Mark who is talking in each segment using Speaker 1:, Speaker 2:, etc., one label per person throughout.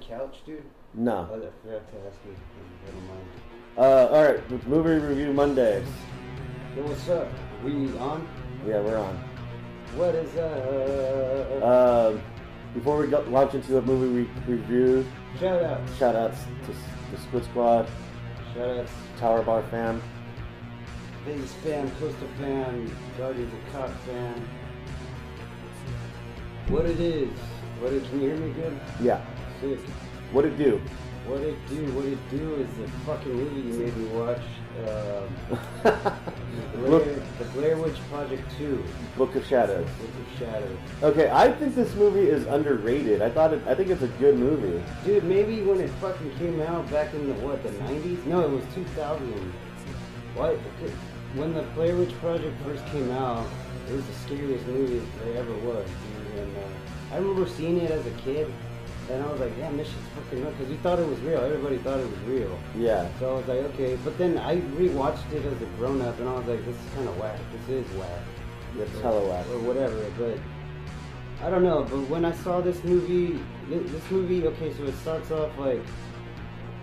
Speaker 1: couch, dude?
Speaker 2: No.
Speaker 1: Oh, I forgot to ask you. Never mind.
Speaker 2: Uh, all right, movie review Monday.
Speaker 1: Yo, what's up? We on?
Speaker 2: Yeah, we're on.
Speaker 1: What is up?
Speaker 2: Um, before we go, launch into a movie re- review,
Speaker 1: shout out.
Speaker 2: shout outs to S- the Squid Squad,
Speaker 1: Shout out.
Speaker 2: Tower Bar fam.
Speaker 1: Vegas fan, Coastal fan, Guardians of Cop fan. What it is? What it? Can you hear me good?
Speaker 2: Yeah.
Speaker 1: Sick.
Speaker 2: What it do?
Speaker 1: What it do? What it do is the fucking movie you made me watch. Um, the, Blair,
Speaker 2: Look,
Speaker 1: the Blair Witch Project Two,
Speaker 2: Book of Shadows.
Speaker 1: Book of Shadows.
Speaker 2: Okay, I think this movie is underrated. I thought it, I think it's a good movie.
Speaker 1: Dude, maybe when it fucking came out back in the what, the nineties? No, it was two thousand. What? When the Blair Witch Project first came out, it was the scariest movie there ever was. Dude. And uh, I remember seeing it as a kid, and I was like, damn, this shit's fucking real, because we thought it was real. Everybody thought it was real.
Speaker 2: Yeah.
Speaker 1: So I was like, okay. But then I rewatched it as a grown up, and I was like, this is kind of whack. This is whack
Speaker 2: It's hella whack.
Speaker 1: or whatever. But I don't know. But when I saw this movie, this, this movie, okay, so it starts off like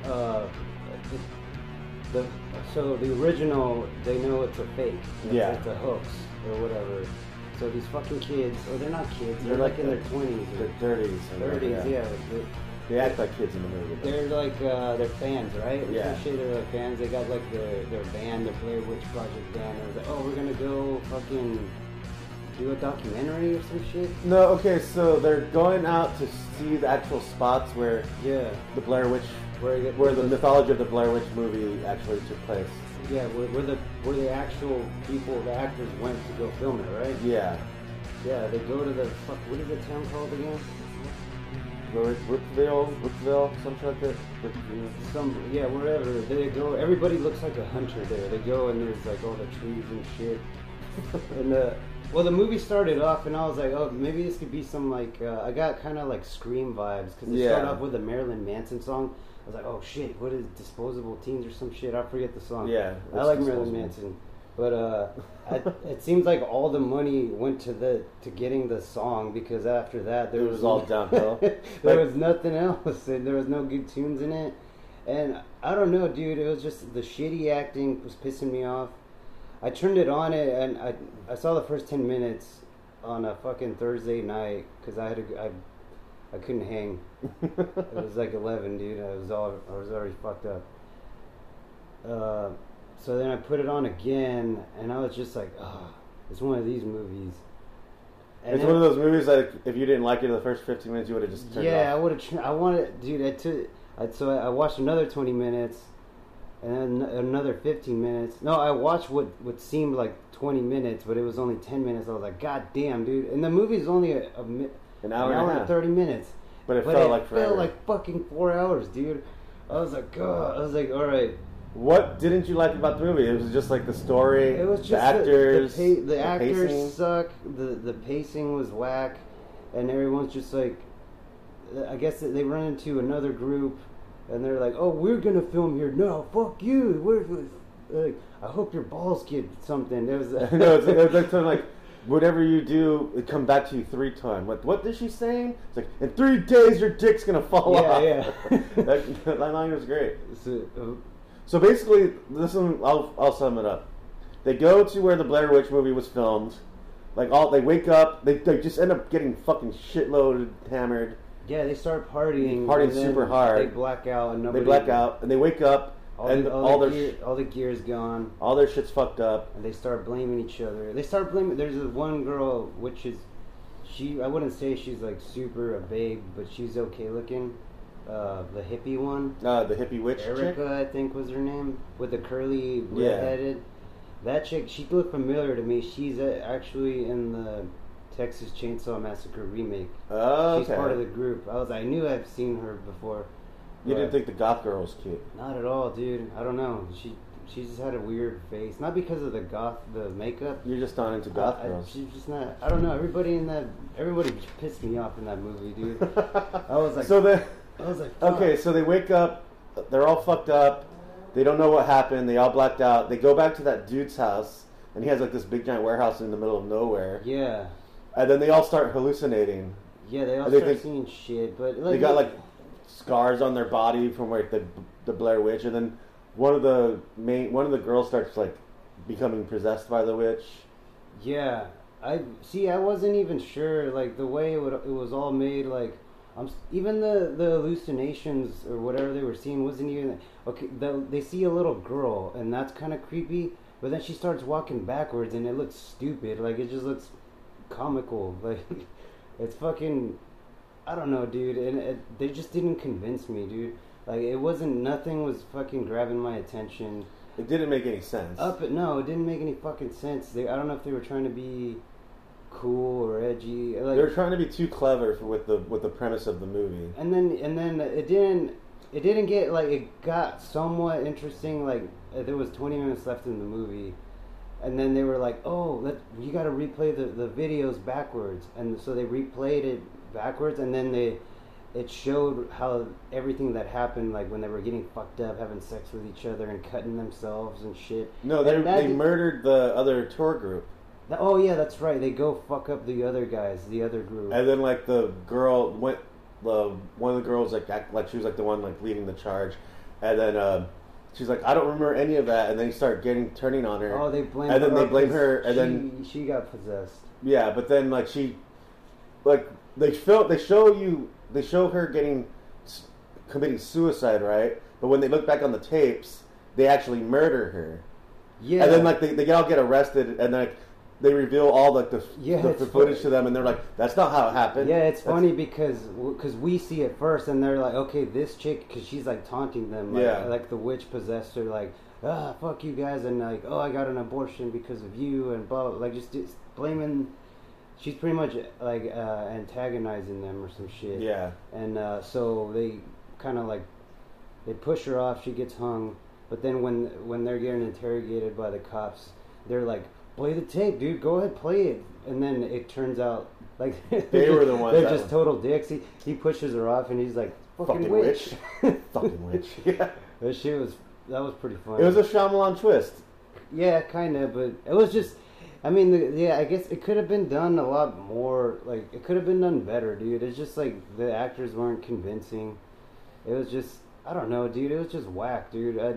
Speaker 1: uh, the, the so the original, they know it's a fake, it's,
Speaker 2: Yeah.
Speaker 1: it's a hoax or whatever. So these fucking kids, or they're not kids, they're,
Speaker 2: They're
Speaker 1: like,
Speaker 2: like
Speaker 1: in their
Speaker 2: the-
Speaker 1: twenties
Speaker 2: The
Speaker 1: or
Speaker 2: 30s.
Speaker 1: thirties, yeah. like they-
Speaker 2: They act like kids in the movie. though.
Speaker 1: They're like uh, they're fans, right? Or some
Speaker 2: Yeah.
Speaker 1: shit, they're like fans. They got like their their band, their Blair Witch Project band. They was like, oh, we're gonna go fucking do a documentary or some shit.
Speaker 2: No, okay, so they're going out to see the actual spots where
Speaker 1: Yeah.
Speaker 2: the Blair Witch,
Speaker 1: Where you get-
Speaker 2: where the mythology of the Blair Witch movie actually took place.
Speaker 1: Yeah, where, where the where the actual people, the actors went to go film it, right?
Speaker 2: Yeah.
Speaker 1: Yeah, they go to the fuck. What is the town called again?
Speaker 2: Ro- Rookville, Rookville, something like that. Rookville.
Speaker 1: Some yeah, wherever they go. Everybody looks like a hunter there. They go and there's like all the trees and shit. and uh, well, the movie started off, and I was like, oh, maybe this could be some like uh, I got kind of like scream vibes because it
Speaker 2: Yeah.
Speaker 1: started off with a Marilyn Manson song. I was like, oh shit, what is Disposable Teens or some shit? I forget the song.
Speaker 2: Yeah,
Speaker 1: I
Speaker 2: it's
Speaker 1: like Marilyn
Speaker 2: Disposable.
Speaker 1: Manson, but uh, I, it seems like all the money went to the to getting the song because after that there
Speaker 2: It
Speaker 1: was,
Speaker 2: was all downhill.
Speaker 1: there
Speaker 2: Like-
Speaker 1: was nothing else, and there was no good tunes in it. And I don't know, dude. It was just the shitty acting was pissing me off. I turned it on it, and I I saw the first ten minutes on a fucking Thursday night because I had a, I, I couldn't hang. it was like eleven, dude. I was all I was already fucked up. Uh, so then I put it on again, and I was just like, oh, it's one of these movies. And
Speaker 2: It's
Speaker 1: then-
Speaker 2: one of those movies that if you didn't like it in the first 15 minutes, you would have just turned
Speaker 1: yeah, I
Speaker 2: it off.
Speaker 1: would have. Tr- I wanted, dude. I took. I, so I, I watched another twenty minutes, and then another fifteen minutes. No, I watched what what seemed like twenty minutes, but it was only ten minutes. I was like, God damn, dude! And the movie's only a, a mi-
Speaker 2: An hour and a half.
Speaker 1: thirty minutes.
Speaker 2: But it felt like forever.
Speaker 1: felt like fucking four hours, dude. I was like, God. I was like, all right.
Speaker 2: What didn't you like about the movie? It was just like the story,
Speaker 1: It was just
Speaker 2: the actors,
Speaker 1: The, the, pa- the actors
Speaker 2: pacing.
Speaker 1: suck. The the pacing was whack, and everyone's just like, I guess that they run into another group, and they're like, "Oh, we're gonna film here. No, fuck you. We're, we're like, I hope your balls get something." There was
Speaker 2: no, it's, it's like, sort of like whatever you do, it come back to you three times. What what is she saying? It's like in three days your dick's gonna fall
Speaker 1: Yeah,
Speaker 2: off.
Speaker 1: yeah.
Speaker 2: that, that line was great.
Speaker 1: So, uh,
Speaker 2: So basically, this one I'll I'll sum it up. They go to where the Blair Witch movie was filmed. Like all, they wake up. They, they just end up getting fucking shitload hammered.
Speaker 1: yeah, they start partying,
Speaker 2: Partying
Speaker 1: and then
Speaker 2: super hard.
Speaker 1: They black out, and
Speaker 2: They
Speaker 1: nobody.
Speaker 2: black out and they wake up
Speaker 1: All
Speaker 2: and
Speaker 1: the, all,
Speaker 2: all
Speaker 1: the
Speaker 2: their
Speaker 1: gear,
Speaker 2: sh-
Speaker 1: all the gear's gone.
Speaker 2: all their shit's fucked up.
Speaker 1: and they start blaming each other. They start blaming. There's this one girl which is, she I wouldn't say she's like super a babe, but she's okay looking. Uh, the hippie one,
Speaker 2: Uh, the hippie witch chick.
Speaker 1: Erica, I think was her name, with the curly
Speaker 2: Yeah.
Speaker 1: redheaded. That chick, she looked familiar to me. She's uh, actually in the Texas Chainsaw Massacre remake.
Speaker 2: Oh,
Speaker 1: She's
Speaker 2: okay.
Speaker 1: part of the group. I was, I knew I've seen her before.
Speaker 2: you
Speaker 1: but-
Speaker 2: didn't think the goth girl was cute.
Speaker 1: not at all, dude. I don't know. She she just had a weird face, not because of the goth the makeup.
Speaker 2: You're just not into goth
Speaker 1: I- I-
Speaker 2: girls.
Speaker 1: she's just not. I don't know. Everybody in that, everybody just pissed me off in that movie, dude. I was like,
Speaker 2: so the
Speaker 1: I was like, fuck.
Speaker 2: okay, so they wake up, they're all fucked up, they don't know what happened, they all blacked out. They go back to that dude's house, and he has like this big giant warehouse in the middle of nowhere,
Speaker 1: yeah,
Speaker 2: and then they all start hallucinating.
Speaker 1: yeah. They all
Speaker 2: They
Speaker 1: start
Speaker 2: think-
Speaker 1: seeing shit, but like,
Speaker 2: They got like scars on their body from like the the Blair Witch, and then one of the main one of the girls starts like becoming possessed by the witch.
Speaker 1: Yeah, I see. I wasn't even sure, like the way it, would, it was all made. Like, I'm s- even the the hallucinations or whatever they were seeing wasn't even okay. The, they see a little girl, and that's kind of creepy. But then she starts walking backwards, and it looks stupid. Like it just looks comical. Like it's fucking. I don't know, dude. And it, they just didn't convince me, dude. Like it wasn't nothing was fucking grabbing my attention.
Speaker 2: It didn't make any sense.
Speaker 1: Up, no, it didn't make any fucking sense. They, I don't know if they were trying to be cool or edgy, like,
Speaker 2: they were trying to be too clever for, with the with the premise of the movie.
Speaker 1: and then and then it didn't. It didn't get like it got somewhat interesting. Like uh, there was 20 minutes left in the movie, and then they were like, "Oh, let you got to replay the, the videos backwards," and so they replayed it backwards, and then they it showed how everything that happened, like when they were getting fucked up, having sex with each other, and cutting themselves and shit.
Speaker 2: No, they
Speaker 1: And that
Speaker 2: they
Speaker 1: is-
Speaker 2: murdered the other tour group,
Speaker 1: Th- Oh yeah, that's right. They go fuck up the other guys, the other group.
Speaker 2: and then like the girl went. The one of the girls like act, like she was like the one like leading the charge, and then uh, she's like I don't remember any of that, and they start getting turning on her.
Speaker 1: oh, they blame.
Speaker 2: and then
Speaker 1: her
Speaker 2: they blame
Speaker 1: 'cause
Speaker 2: her, and
Speaker 1: she,
Speaker 2: then-
Speaker 1: she got possessed.
Speaker 2: Yeah, but then like she, like they show they show you they show her getting s- committing suicide, right? But when they look back on the tapes, they actually murder her,
Speaker 1: Yeah,
Speaker 2: and then like they, they all get arrested, and like they reveal all like the
Speaker 1: Yeah,
Speaker 2: the,
Speaker 1: it's
Speaker 2: the footage
Speaker 1: funny.
Speaker 2: to them, and they're like, "That's not how it happened."
Speaker 1: yeah, it's
Speaker 2: That's-
Speaker 1: funny because because we see it first, and they're like, okay, this chick, because she's like taunting them, like,
Speaker 2: Yeah.
Speaker 1: like the witch possessed her, like ah, fuck you guys, and like oh, I got an abortion because of you, and blah, blah like just, just blaming. She's pretty much like uh, antagonizing them or some shit.
Speaker 2: Yeah,
Speaker 1: and uh, so they kind of like they push her off. She gets hung, but then when when they're getting interrogated by the cops, they're like, "Play the tape, dude. Go ahead, play it." And then it turns out like
Speaker 2: They were the ones
Speaker 1: They're
Speaker 2: that-
Speaker 1: just total dicks. He, he pushes her off, and he's like, "Fucking,
Speaker 2: Fucking
Speaker 1: witch."
Speaker 2: fucking witch. yeah,
Speaker 1: But she was that was pretty
Speaker 2: it
Speaker 1: funny.
Speaker 2: was a Shyamalan twist.
Speaker 1: yeah, kind of, but it was just. I mean, the, yeah, I guess it could have been done a lot more. Like, it could have been done better, dude. It's just like the actors weren't convincing. It was just, I don't know, dude. It was just whack, dude. I,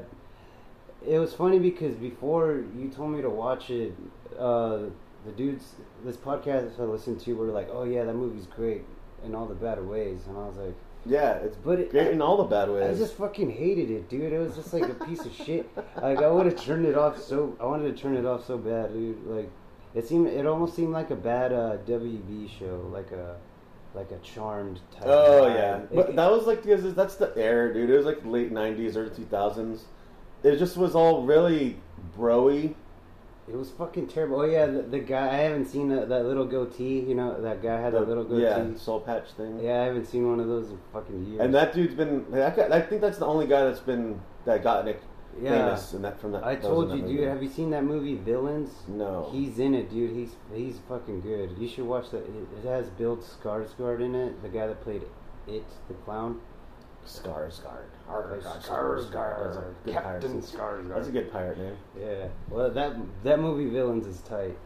Speaker 1: it was funny because before you told me to watch it, uh, the dudes, this podcast I listened to were like, oh, yeah, that movie's great in all the bad ways. And I was like,
Speaker 2: Yeah, it's
Speaker 1: But it-
Speaker 2: great in all the bad
Speaker 1: I
Speaker 2: ways.
Speaker 1: just fucking hated it, dude. It was just like a piece of shit. Like I would have turned it off so I wanted to turn it off so bad, dude. Like it seemed it almost seemed like a bad uh, WB show, like a like a charmed type.
Speaker 2: Oh
Speaker 1: vibe.
Speaker 2: yeah,
Speaker 1: It-
Speaker 2: but that was like because that's the era, dude. It was like late '90s, early 2000s. It just was all really broy.
Speaker 1: it was fucking terrible. Oh yeah, the, the guy I haven't seen that, that little goatee. You know that guy had that little goatee.
Speaker 2: yeah,
Speaker 1: Yeah.
Speaker 2: soul patch thing.
Speaker 1: I haven't seen one of those in fucking years.
Speaker 2: And that dude's been. That guy, I think that's the only guy that's been that got Nick
Speaker 1: yeah.
Speaker 2: famous in that from that.
Speaker 1: I
Speaker 2: that was
Speaker 1: told
Speaker 2: in
Speaker 1: you,
Speaker 2: that
Speaker 1: dude.
Speaker 2: movie.
Speaker 1: Have you seen that movie Villains?
Speaker 2: No.
Speaker 1: He's in it, dude. He's he's fucking good. You should watch that. It, it has Bill Skarsgård in it, the guy that played it, the clown.
Speaker 2: Skarsgård.
Speaker 1: Like,
Speaker 2: That's a good pirate
Speaker 1: Captain
Speaker 2: name. That's a
Speaker 1: Skarsgård.
Speaker 2: good pirate name.
Speaker 1: Yeah. Well, that that movie Villains is tight.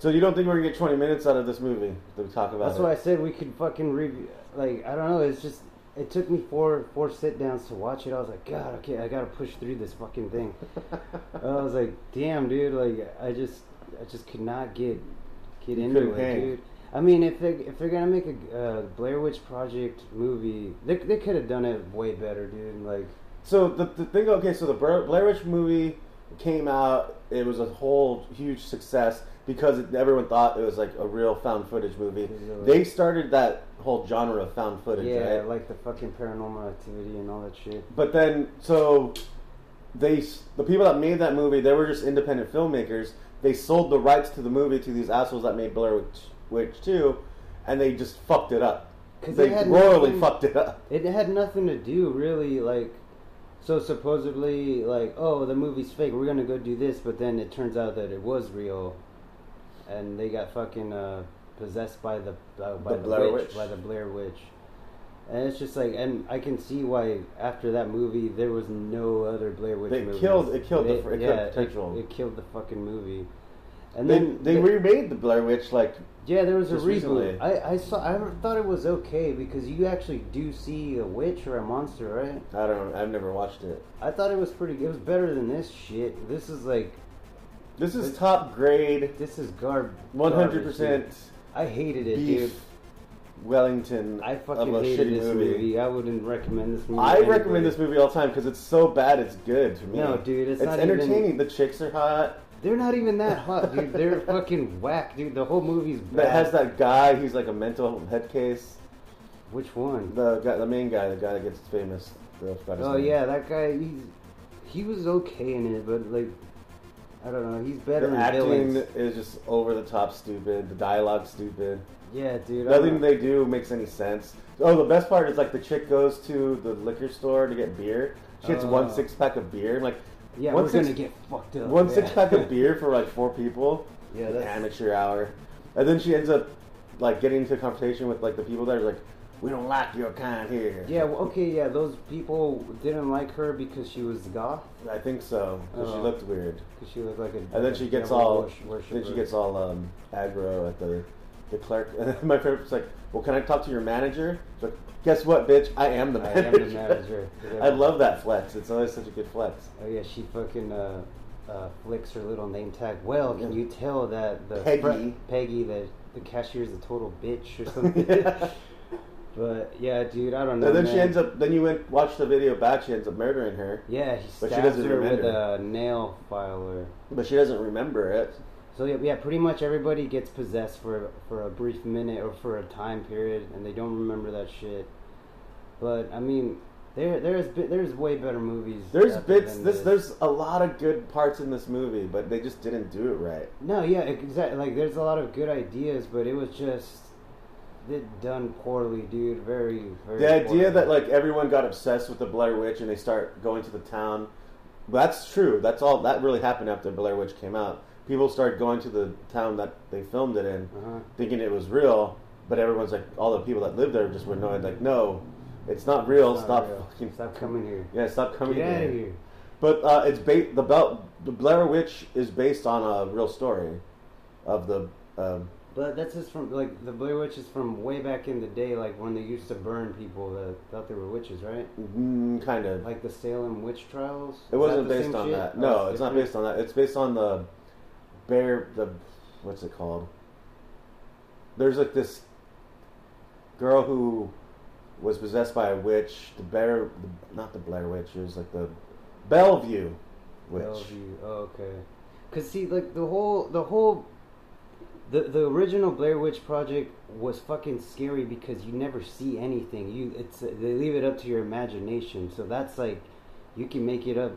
Speaker 2: So you don't think we're gonna get 20 minutes out of this movie that we talk about?
Speaker 1: That's
Speaker 2: it?
Speaker 1: why I said we could fucking review. Like I don't know. It's just it took me four four sit downs to watch it. I was like, God, okay, I gotta push through this fucking thing. I was like, damn, dude. Like I just I just could not get get
Speaker 2: You
Speaker 1: into
Speaker 2: couldn't
Speaker 1: it,
Speaker 2: hang.
Speaker 1: dude. I mean, if they if they're gonna make a uh, Blair Witch Project movie, they they could have done it way better, dude. Like
Speaker 2: So the, the thing, okay, so the Bur- Blair Witch movie came out. It was a whole huge success because it, everyone thought it was like a real found footage movie.
Speaker 1: Really?
Speaker 2: They started that whole genre of found footage,
Speaker 1: yeah,
Speaker 2: right?
Speaker 1: like the fucking paranormal activity and all that shit.
Speaker 2: But then, so they s- the people that made that movie, they were just independent filmmakers. They sold the rights to the movie to these assholes that made Blair Witch, Witch 2, and they just fucked it up.
Speaker 1: 'Cause
Speaker 2: they
Speaker 1: they had
Speaker 2: royally
Speaker 1: nothing-
Speaker 2: fucked it up.
Speaker 1: It had nothing to do really like so supposedly like oh the movie's fake we're gonna go do this but then it turns out that it was real and they got fucking uh, possessed by the uh, by
Speaker 2: The
Speaker 1: the, witch,
Speaker 2: Blair Witch.
Speaker 1: by the Blair Witch and it's just like and I can see why after that movie there was no other Blair Witch
Speaker 2: They
Speaker 1: movies.
Speaker 2: killed- it killed the fr- it killed
Speaker 1: yeah,
Speaker 2: potential.
Speaker 1: it, it killed the fucking movie and
Speaker 2: They,
Speaker 1: then
Speaker 2: they remade the Blair Witch like
Speaker 1: Yeah, there was a
Speaker 2: Just
Speaker 1: reboot.
Speaker 2: recently.
Speaker 1: I, I saw. I thought it was okay because you actually do see a witch or a monster, right?
Speaker 2: I don't. I've never watched it.
Speaker 1: I thought it was pretty. It was better than this shit. This is like
Speaker 2: This is top grade,
Speaker 1: this is garb.
Speaker 2: one hundred percent
Speaker 1: garbage, dude. I hated it, dude.
Speaker 2: beef Wellington
Speaker 1: I fucking
Speaker 2: of a
Speaker 1: hated
Speaker 2: shitty
Speaker 1: this
Speaker 2: movie.
Speaker 1: movie. I wouldn't recommend this movie. to
Speaker 2: I
Speaker 1: anybody.
Speaker 2: recommend this movie all the time because it's so bad it's good to me.
Speaker 1: No, dude, it's not even-
Speaker 2: entertaining. The chicks are hot.
Speaker 1: They're not even that hot, dude. They're fucking whack, dude. The whole movie's bad.
Speaker 2: That has that guy who's like a mental head case.
Speaker 1: Which one?
Speaker 2: The guy, the main guy, the guy that gets famous. The- I forgot his
Speaker 1: Oh
Speaker 2: name.
Speaker 1: yeah, that guy. He's he was okay in it, but like, I don't know. He's better
Speaker 2: The
Speaker 1: in
Speaker 2: acting
Speaker 1: villains.
Speaker 2: is just over the top, stupid. The dialogue, stupid.
Speaker 1: Yeah, dude. I
Speaker 2: Nothing
Speaker 1: don't-
Speaker 2: they do makes any sense. Oh, the best part is like the chick goes to the liquor store to get beer. She gets
Speaker 1: Oh.
Speaker 2: one six pack of beer. I'm like,
Speaker 1: Yeah,
Speaker 2: one
Speaker 1: we're
Speaker 2: six-
Speaker 1: gonna get fucked up.
Speaker 2: one
Speaker 1: yeah.
Speaker 2: six pack of beer for like four people.
Speaker 1: Yeah,
Speaker 2: An
Speaker 1: that's-
Speaker 2: amateur hour. And then she ends up like getting into a confrontation with like the people there. Like, we don't like your kind here.
Speaker 1: Yeah, well, okay, yeah. Those people didn't like her because she was goth,
Speaker 2: I think so. 'cause She
Speaker 1: Oh.
Speaker 2: looked weird.
Speaker 1: because she was like a.
Speaker 2: And then she gets
Speaker 1: devil
Speaker 2: all
Speaker 1: wors- worshiper.
Speaker 2: then she gets all um, aggro at the the clerk. And then my friend's like, "Well, can I talk to your manager?" She's like, guess what, bitch? I am the
Speaker 1: I
Speaker 2: manager.
Speaker 1: am the manager.
Speaker 2: I love that flex. It's always such a good flex.
Speaker 1: Oh yeah, she fucking uh, uh, flicks her little name tag. Well, can you tell that the
Speaker 2: Peggy.
Speaker 1: Peggy, that the cashier's a total bitch or something?
Speaker 2: Yeah.
Speaker 1: But yeah, dude, I don't know.
Speaker 2: and then
Speaker 1: Oh, man.
Speaker 2: she ends up. Then you went watch the video back. She ends up murdering her,
Speaker 1: Yeah, he
Speaker 2: But she
Speaker 1: stabs
Speaker 2: doesn't
Speaker 1: her with
Speaker 2: remember.
Speaker 1: a nail filer.
Speaker 2: but she doesn't remember it.
Speaker 1: So yeah, yeah, pretty much everybody gets possessed for for a brief minute or for a time period, and they don't remember that shit. But I mean, there there's bi- there's way better movies.
Speaker 2: There's
Speaker 1: out there
Speaker 2: bits.
Speaker 1: than
Speaker 2: This there's a lot of good parts in this movie, but they just didn't do it right.
Speaker 1: no, yeah, exactly. Like there's a lot of good ideas, but it was just it done poorly, dude. Very very.
Speaker 2: The idea
Speaker 1: poorly.
Speaker 2: that like everyone got obsessed with the Blair Witch and they start going to the town. That's true. That's all that really happened after Blair Witch came out. People started going to the town that they filmed it in,
Speaker 1: Uh-huh.
Speaker 2: thinking it was real, but everyone's like all the people that lived there just were annoyed like, "No, it's not real. stop
Speaker 1: real.
Speaker 2: fucking
Speaker 1: stop coming here.
Speaker 2: Yeah, stop coming
Speaker 1: Get out
Speaker 2: here.
Speaker 1: of here.
Speaker 2: But uh, it's ba- the Bel- the Blair Witch is based on a real story of the um,
Speaker 1: But that's just from like the Blair Witch is from way back in the day, like when they used to burn people that thought they were witches, right?
Speaker 2: mm, kind of
Speaker 1: Like the Salem witch trials. Is
Speaker 2: It
Speaker 1: that
Speaker 2: wasn't
Speaker 1: the
Speaker 2: based
Speaker 1: same
Speaker 2: on
Speaker 1: shit?
Speaker 2: that.
Speaker 1: Oh,
Speaker 2: No, it's
Speaker 1: different?
Speaker 2: not based on that. It's based on the bear. The what's it called? There's like this girl who was possessed by a witch. The bear, the, not the Blair Witch. It was like the Bellevue witch.
Speaker 1: Bellevue. Oh, okay. Cause see, like the whole the whole the the original Blair Witch Project was fucking scary because you never see anything. You it's they leave it up to your imagination. So that's like you can make it up.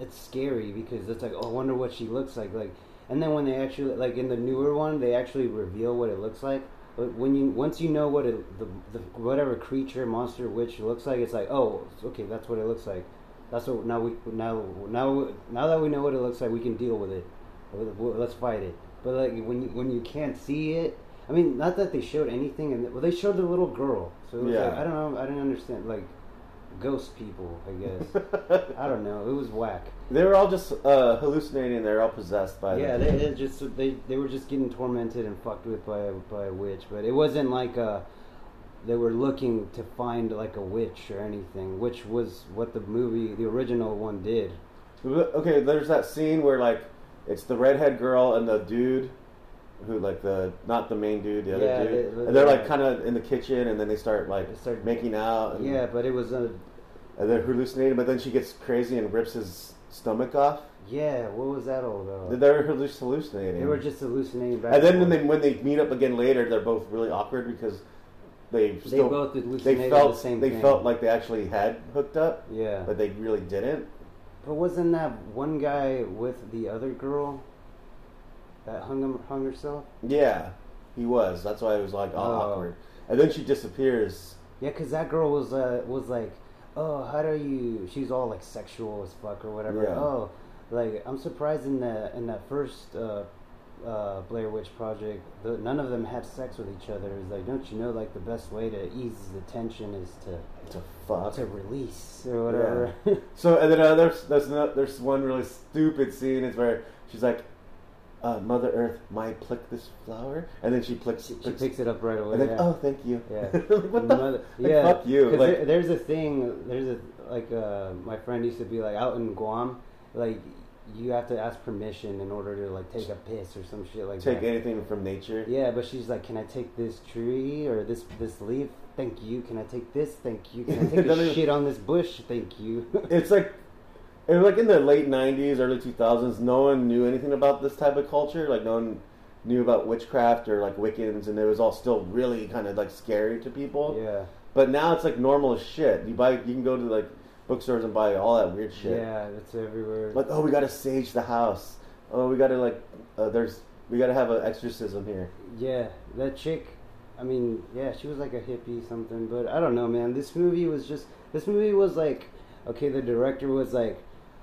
Speaker 1: It's scary because it's like oh, I wonder what she looks like. Like and then when they actually like in the newer one, they actually reveal what it looks like. But when you once you know what it, the, the whatever creature, monster, witch looks like, it's like oh okay, that's what it looks like. That's what now we now now now that we know what it looks like, we can deal with it. Let's fight it. But like when you when you can't see it, I mean, not that they showed anything, and well, they showed the little girl. So it was
Speaker 2: Yeah.
Speaker 1: like, I don't know, I didn't understand like ghost people. I guess I don't know. It was whack.
Speaker 2: they were all just uh, hallucinating. They're all possessed by.
Speaker 1: Yeah,
Speaker 2: the,
Speaker 1: they it just they they were just getting tormented and fucked with by a, by a witch, but it wasn't like a they were looking to find like a witch or anything, which was what the movie, the original one, did.
Speaker 2: Okay, there's that scene where like it's the redhead girl and the dude who like the not the main dude, the other
Speaker 1: Yeah,
Speaker 2: dude.
Speaker 1: they-
Speaker 2: and they're like
Speaker 1: yeah.
Speaker 2: kind of in the kitchen, and then they start like
Speaker 1: They start-
Speaker 2: making out. And,
Speaker 1: Yeah, but it was a
Speaker 2: and they're hallucinating, but then she gets crazy and rips his stomach off.
Speaker 1: yeah. What was that all
Speaker 2: They-
Speaker 1: about?
Speaker 2: They're halluc- hallucinating.
Speaker 1: They were just hallucinating. Back
Speaker 2: and then when
Speaker 1: and
Speaker 2: they
Speaker 1: forth.
Speaker 2: when they meet up again later, they're both really awkward because they
Speaker 1: they
Speaker 2: still
Speaker 1: both hallucinated
Speaker 2: they felt
Speaker 1: the same
Speaker 2: they
Speaker 1: thing.
Speaker 2: felt like they actually had hooked up,
Speaker 1: yeah.
Speaker 2: but they really didn't.
Speaker 1: But wasn't that one guy with the other girl that hung him, hung herself?
Speaker 2: Yeah, he was. That's why it was like all
Speaker 1: Oh.
Speaker 2: awkward. And then she disappears.
Speaker 1: Yeah, because that girl was uh, was like, oh, how do you? She's all like sexual as fuck or whatever.
Speaker 2: Yeah.
Speaker 1: Oh, like I'm surprised in that in that first uh, uh, Blair Witch Project, the, none of them had sex with each other. It's like, don't you know, like the best way to ease the tension is to
Speaker 2: To fuck.
Speaker 1: to release or whatever.
Speaker 2: So and then uh, there's there's no, there's one really stupid scene. It's where she's like, uh, Mother Earth, might pluck this flower? And then she plucks,
Speaker 1: She, she
Speaker 2: plucks-
Speaker 1: picks it up right away.
Speaker 2: and then,
Speaker 1: yeah.
Speaker 2: oh, thank you.
Speaker 1: Yeah.
Speaker 2: what the?
Speaker 1: Mother-
Speaker 2: like, fuck you,
Speaker 1: 'cause
Speaker 2: like-
Speaker 1: there- there's a thing. There's a like uh, my friend used to be like out in Guam, like you have to ask permission in order to like take a piss or some shit like
Speaker 2: Take
Speaker 1: that.
Speaker 2: anything from nature.
Speaker 1: Yeah, but she's like, can I take this tree or this this leaf? Thank you. Can I take this? Thank you. Can I take
Speaker 2: Doesn't-
Speaker 1: a shit on this bush? Thank you.
Speaker 2: It's like, it was like in the late '90s, early 2000s. No one knew anything about this type of culture. Like no one knew about witchcraft or like Wiccans, and it was all still really kind of like scary to people.
Speaker 1: yeah,
Speaker 2: But now it's like normal as shit. You buy, you can go to like bookstores and buy all that weird shit.
Speaker 1: yeah, it's everywhere.
Speaker 2: Like, oh, we gotta sage the house. Oh, we gotta like, uh, there's, we gotta have an exorcism here.
Speaker 1: Yeah, that chick. I mean, yeah, she was like a hippie something, but I don't know, man. This movie was just. This movie was like, okay, the director was like,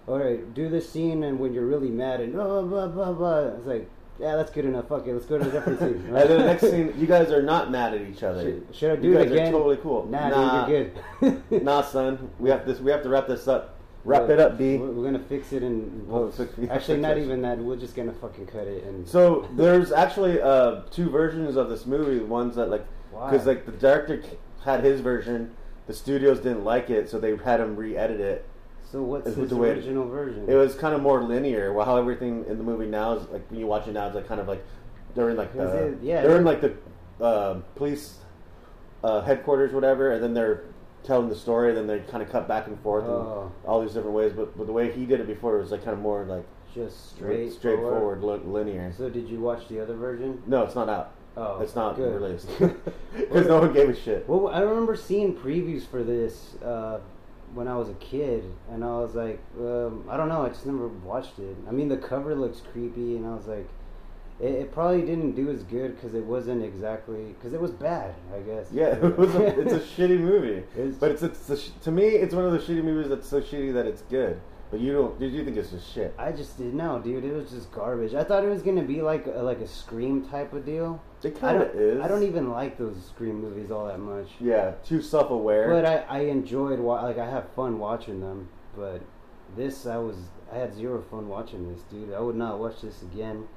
Speaker 1: all right, do this scene, and when you're really mad, and blah blah blah blah. blah. It's like, yeah, that's good enough. Fuck it, let's go to a different scene.
Speaker 2: and then the next scene, you guys are not mad at each other.
Speaker 1: Should, should I do
Speaker 2: you
Speaker 1: it
Speaker 2: guys
Speaker 1: again?
Speaker 2: are totally cool.
Speaker 1: Nah,
Speaker 2: nah,
Speaker 1: dude, you're good.
Speaker 2: nah, son. We have this. We have to wrap this up. Wrap
Speaker 1: Look,
Speaker 2: it up, B.
Speaker 1: We're, we're gonna fix it and
Speaker 2: We'll fix- yeah,
Speaker 1: actually
Speaker 2: fix
Speaker 1: not
Speaker 2: it.
Speaker 1: even that. We're just gonna fucking cut it and.
Speaker 2: So there's actually uh, two versions of this movie. Ones that like, because
Speaker 1: Why?
Speaker 2: like the director c- had his version, the studios didn't like it, so they had him re-edit it.
Speaker 1: so what's
Speaker 2: it's
Speaker 1: his
Speaker 2: the way-
Speaker 1: original version?
Speaker 2: It was kind of more linear. Well, how everything in the movie now is like when you watch it now, it's like kind of like they're in like
Speaker 1: Is
Speaker 2: the,
Speaker 1: it- yeah,
Speaker 2: they're in
Speaker 1: it-
Speaker 2: like the uh, police uh, headquarters, whatever, and then they're telling the story, and then they kind of cut back and forth
Speaker 1: Oh.
Speaker 2: in all these different ways. But, but the way he did it before it was like kind of more like
Speaker 1: just straight
Speaker 2: straight straightforward, li- linear.
Speaker 1: So did you watch the other version?
Speaker 2: No, it's not out.
Speaker 1: Oh,
Speaker 2: it's not
Speaker 1: good.
Speaker 2: released because no one gave a shit.
Speaker 1: Well, I remember seeing previews for this uh, when I was a kid, and I was like, um, I don't know, I just never watched it. I mean, the cover looks creepy, and I was like, it, it probably didn't do as good because it wasn't exactly because it was bad, I guess.
Speaker 2: Yeah, it was a, it's a shitty movie.
Speaker 1: It's-
Speaker 2: but it's, it's a, sh- to me, it's one of those shitty movies that's so shitty that it's good. But you don't, you think it's just shit.
Speaker 1: I just didn't know, dude. It was just garbage. I thought it was gonna be like a, like a scream type of deal.
Speaker 2: It
Speaker 1: I
Speaker 2: kind
Speaker 1: don't.
Speaker 2: of is.
Speaker 1: I don't even like those scream movies all that much.
Speaker 2: Yeah, too self-aware.
Speaker 1: But I, I enjoyed wa- like I have fun watching them. But this I was I had zero fun watching this, dude. I would not watch this again.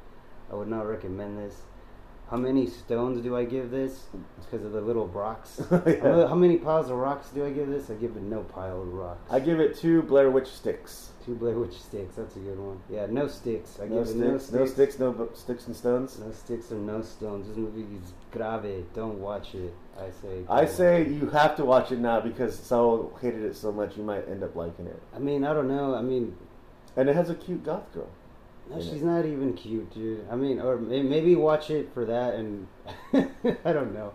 Speaker 1: I would not recommend this. How many stones do I give this? Because of the little rocks.
Speaker 2: Oh, Yeah.
Speaker 1: how, how many piles of rocks do I give this? I give it no pile of rocks.
Speaker 2: I give it two Blair Witch sticks.
Speaker 1: two Blair Witch sticks. That's a good one. Yeah, no sticks. I
Speaker 2: No
Speaker 1: give
Speaker 2: sticks,
Speaker 1: it
Speaker 2: no sticks, no
Speaker 1: sticks.
Speaker 2: bu- sticks and stones.
Speaker 1: No sticks or no stones. This movie is grave. Don't watch it. I say.
Speaker 2: I
Speaker 1: don't
Speaker 2: say you have to watch it now because Saul hated it so much, you might end up liking it.
Speaker 1: I mean, I don't know. I mean,
Speaker 2: And it has a cute goth girl.
Speaker 1: No,
Speaker 2: in
Speaker 1: she's
Speaker 2: it.
Speaker 1: not even cute, dude. I mean, or may- maybe watch it for that, and I don't know.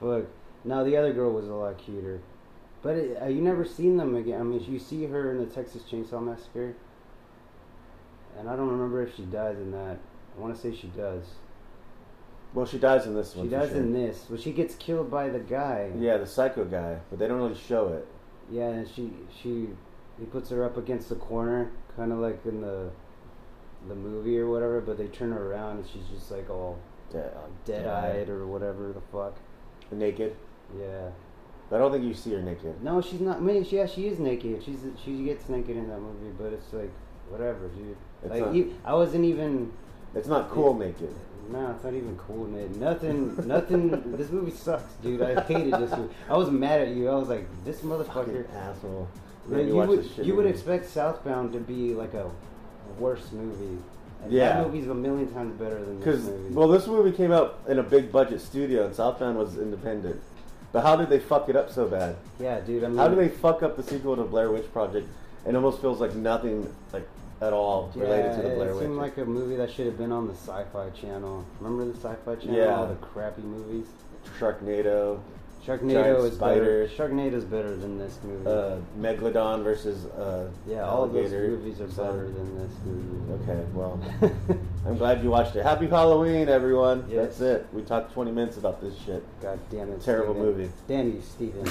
Speaker 1: Look, now the other girl was a lot cuter, but it, uh, you never seen them again. I mean, you see her in the Texas Chainsaw Massacre, and I don't remember if she dies in that. I want to say she does.
Speaker 2: Well, she dies in this
Speaker 1: She
Speaker 2: one. for
Speaker 1: dies
Speaker 2: sure.
Speaker 1: in this, but she gets killed by the guy.
Speaker 2: Yeah, the psycho guy, but they don't really show it.
Speaker 1: yeah, and she she he puts her up against the corner, kind of like in the the movie or whatever. But they turn her around, and she's just like all.
Speaker 2: Yeah,
Speaker 1: dead eyed or whatever the fuck.
Speaker 2: naked.
Speaker 1: Yeah.
Speaker 2: But I don't think you see her naked.
Speaker 1: No, she's not. I mean, she, yeah, she is naked. She's she gets naked in that movie, but it's like whatever, dude.
Speaker 2: It's
Speaker 1: like
Speaker 2: not-
Speaker 1: e- I wasn't even.
Speaker 2: It's not cool naked.
Speaker 1: No, it's not even cool, man. Nothing, nothing. this movie sucks, dude. I hated this movie. I was mad at you. I was like, this motherfucker.
Speaker 2: Fucking asshole.
Speaker 1: Like,
Speaker 2: Made me
Speaker 1: you
Speaker 2: watch
Speaker 1: would
Speaker 2: this shitty
Speaker 1: you would
Speaker 2: movie.
Speaker 1: expect Southbound to be like a worse movie. And
Speaker 2: Yeah.
Speaker 1: That movie's a million times better than this
Speaker 2: Because
Speaker 1: movie.
Speaker 2: well, this movie came out in a big budget studio, and Southbound was independent. But how did they fuck it up so bad?
Speaker 1: yeah, dude. I mean,
Speaker 2: How do they fuck up the sequel to Blair Witch Project? It almost feels like nothing, like at all, related to the
Speaker 1: it-
Speaker 2: Blair
Speaker 1: it
Speaker 2: Witch.
Speaker 1: seemed like a movie that should have been on the Sci-Fi Channel. Remember the Sci-Fi Channel?
Speaker 2: Yeah.
Speaker 1: All the crappy movies.
Speaker 2: Sharknado,
Speaker 1: Sharknado
Speaker 2: Giant
Speaker 1: is
Speaker 2: spider.
Speaker 1: better. Sharknado is better than this movie.
Speaker 2: uh, Megalodon versus uh,
Speaker 1: Mm. yeah, all of those
Speaker 2: alligator.
Speaker 1: movies are
Speaker 2: So-
Speaker 1: better than this movie.
Speaker 2: Okay, well, I'm glad you watched it. Happy Halloween, everyone.
Speaker 1: Yes.
Speaker 2: That's it. We talked 20 minutes about this shit.
Speaker 1: God damn it!
Speaker 2: Terrible
Speaker 1: Steven.
Speaker 2: movie.
Speaker 1: Damn you, Steven.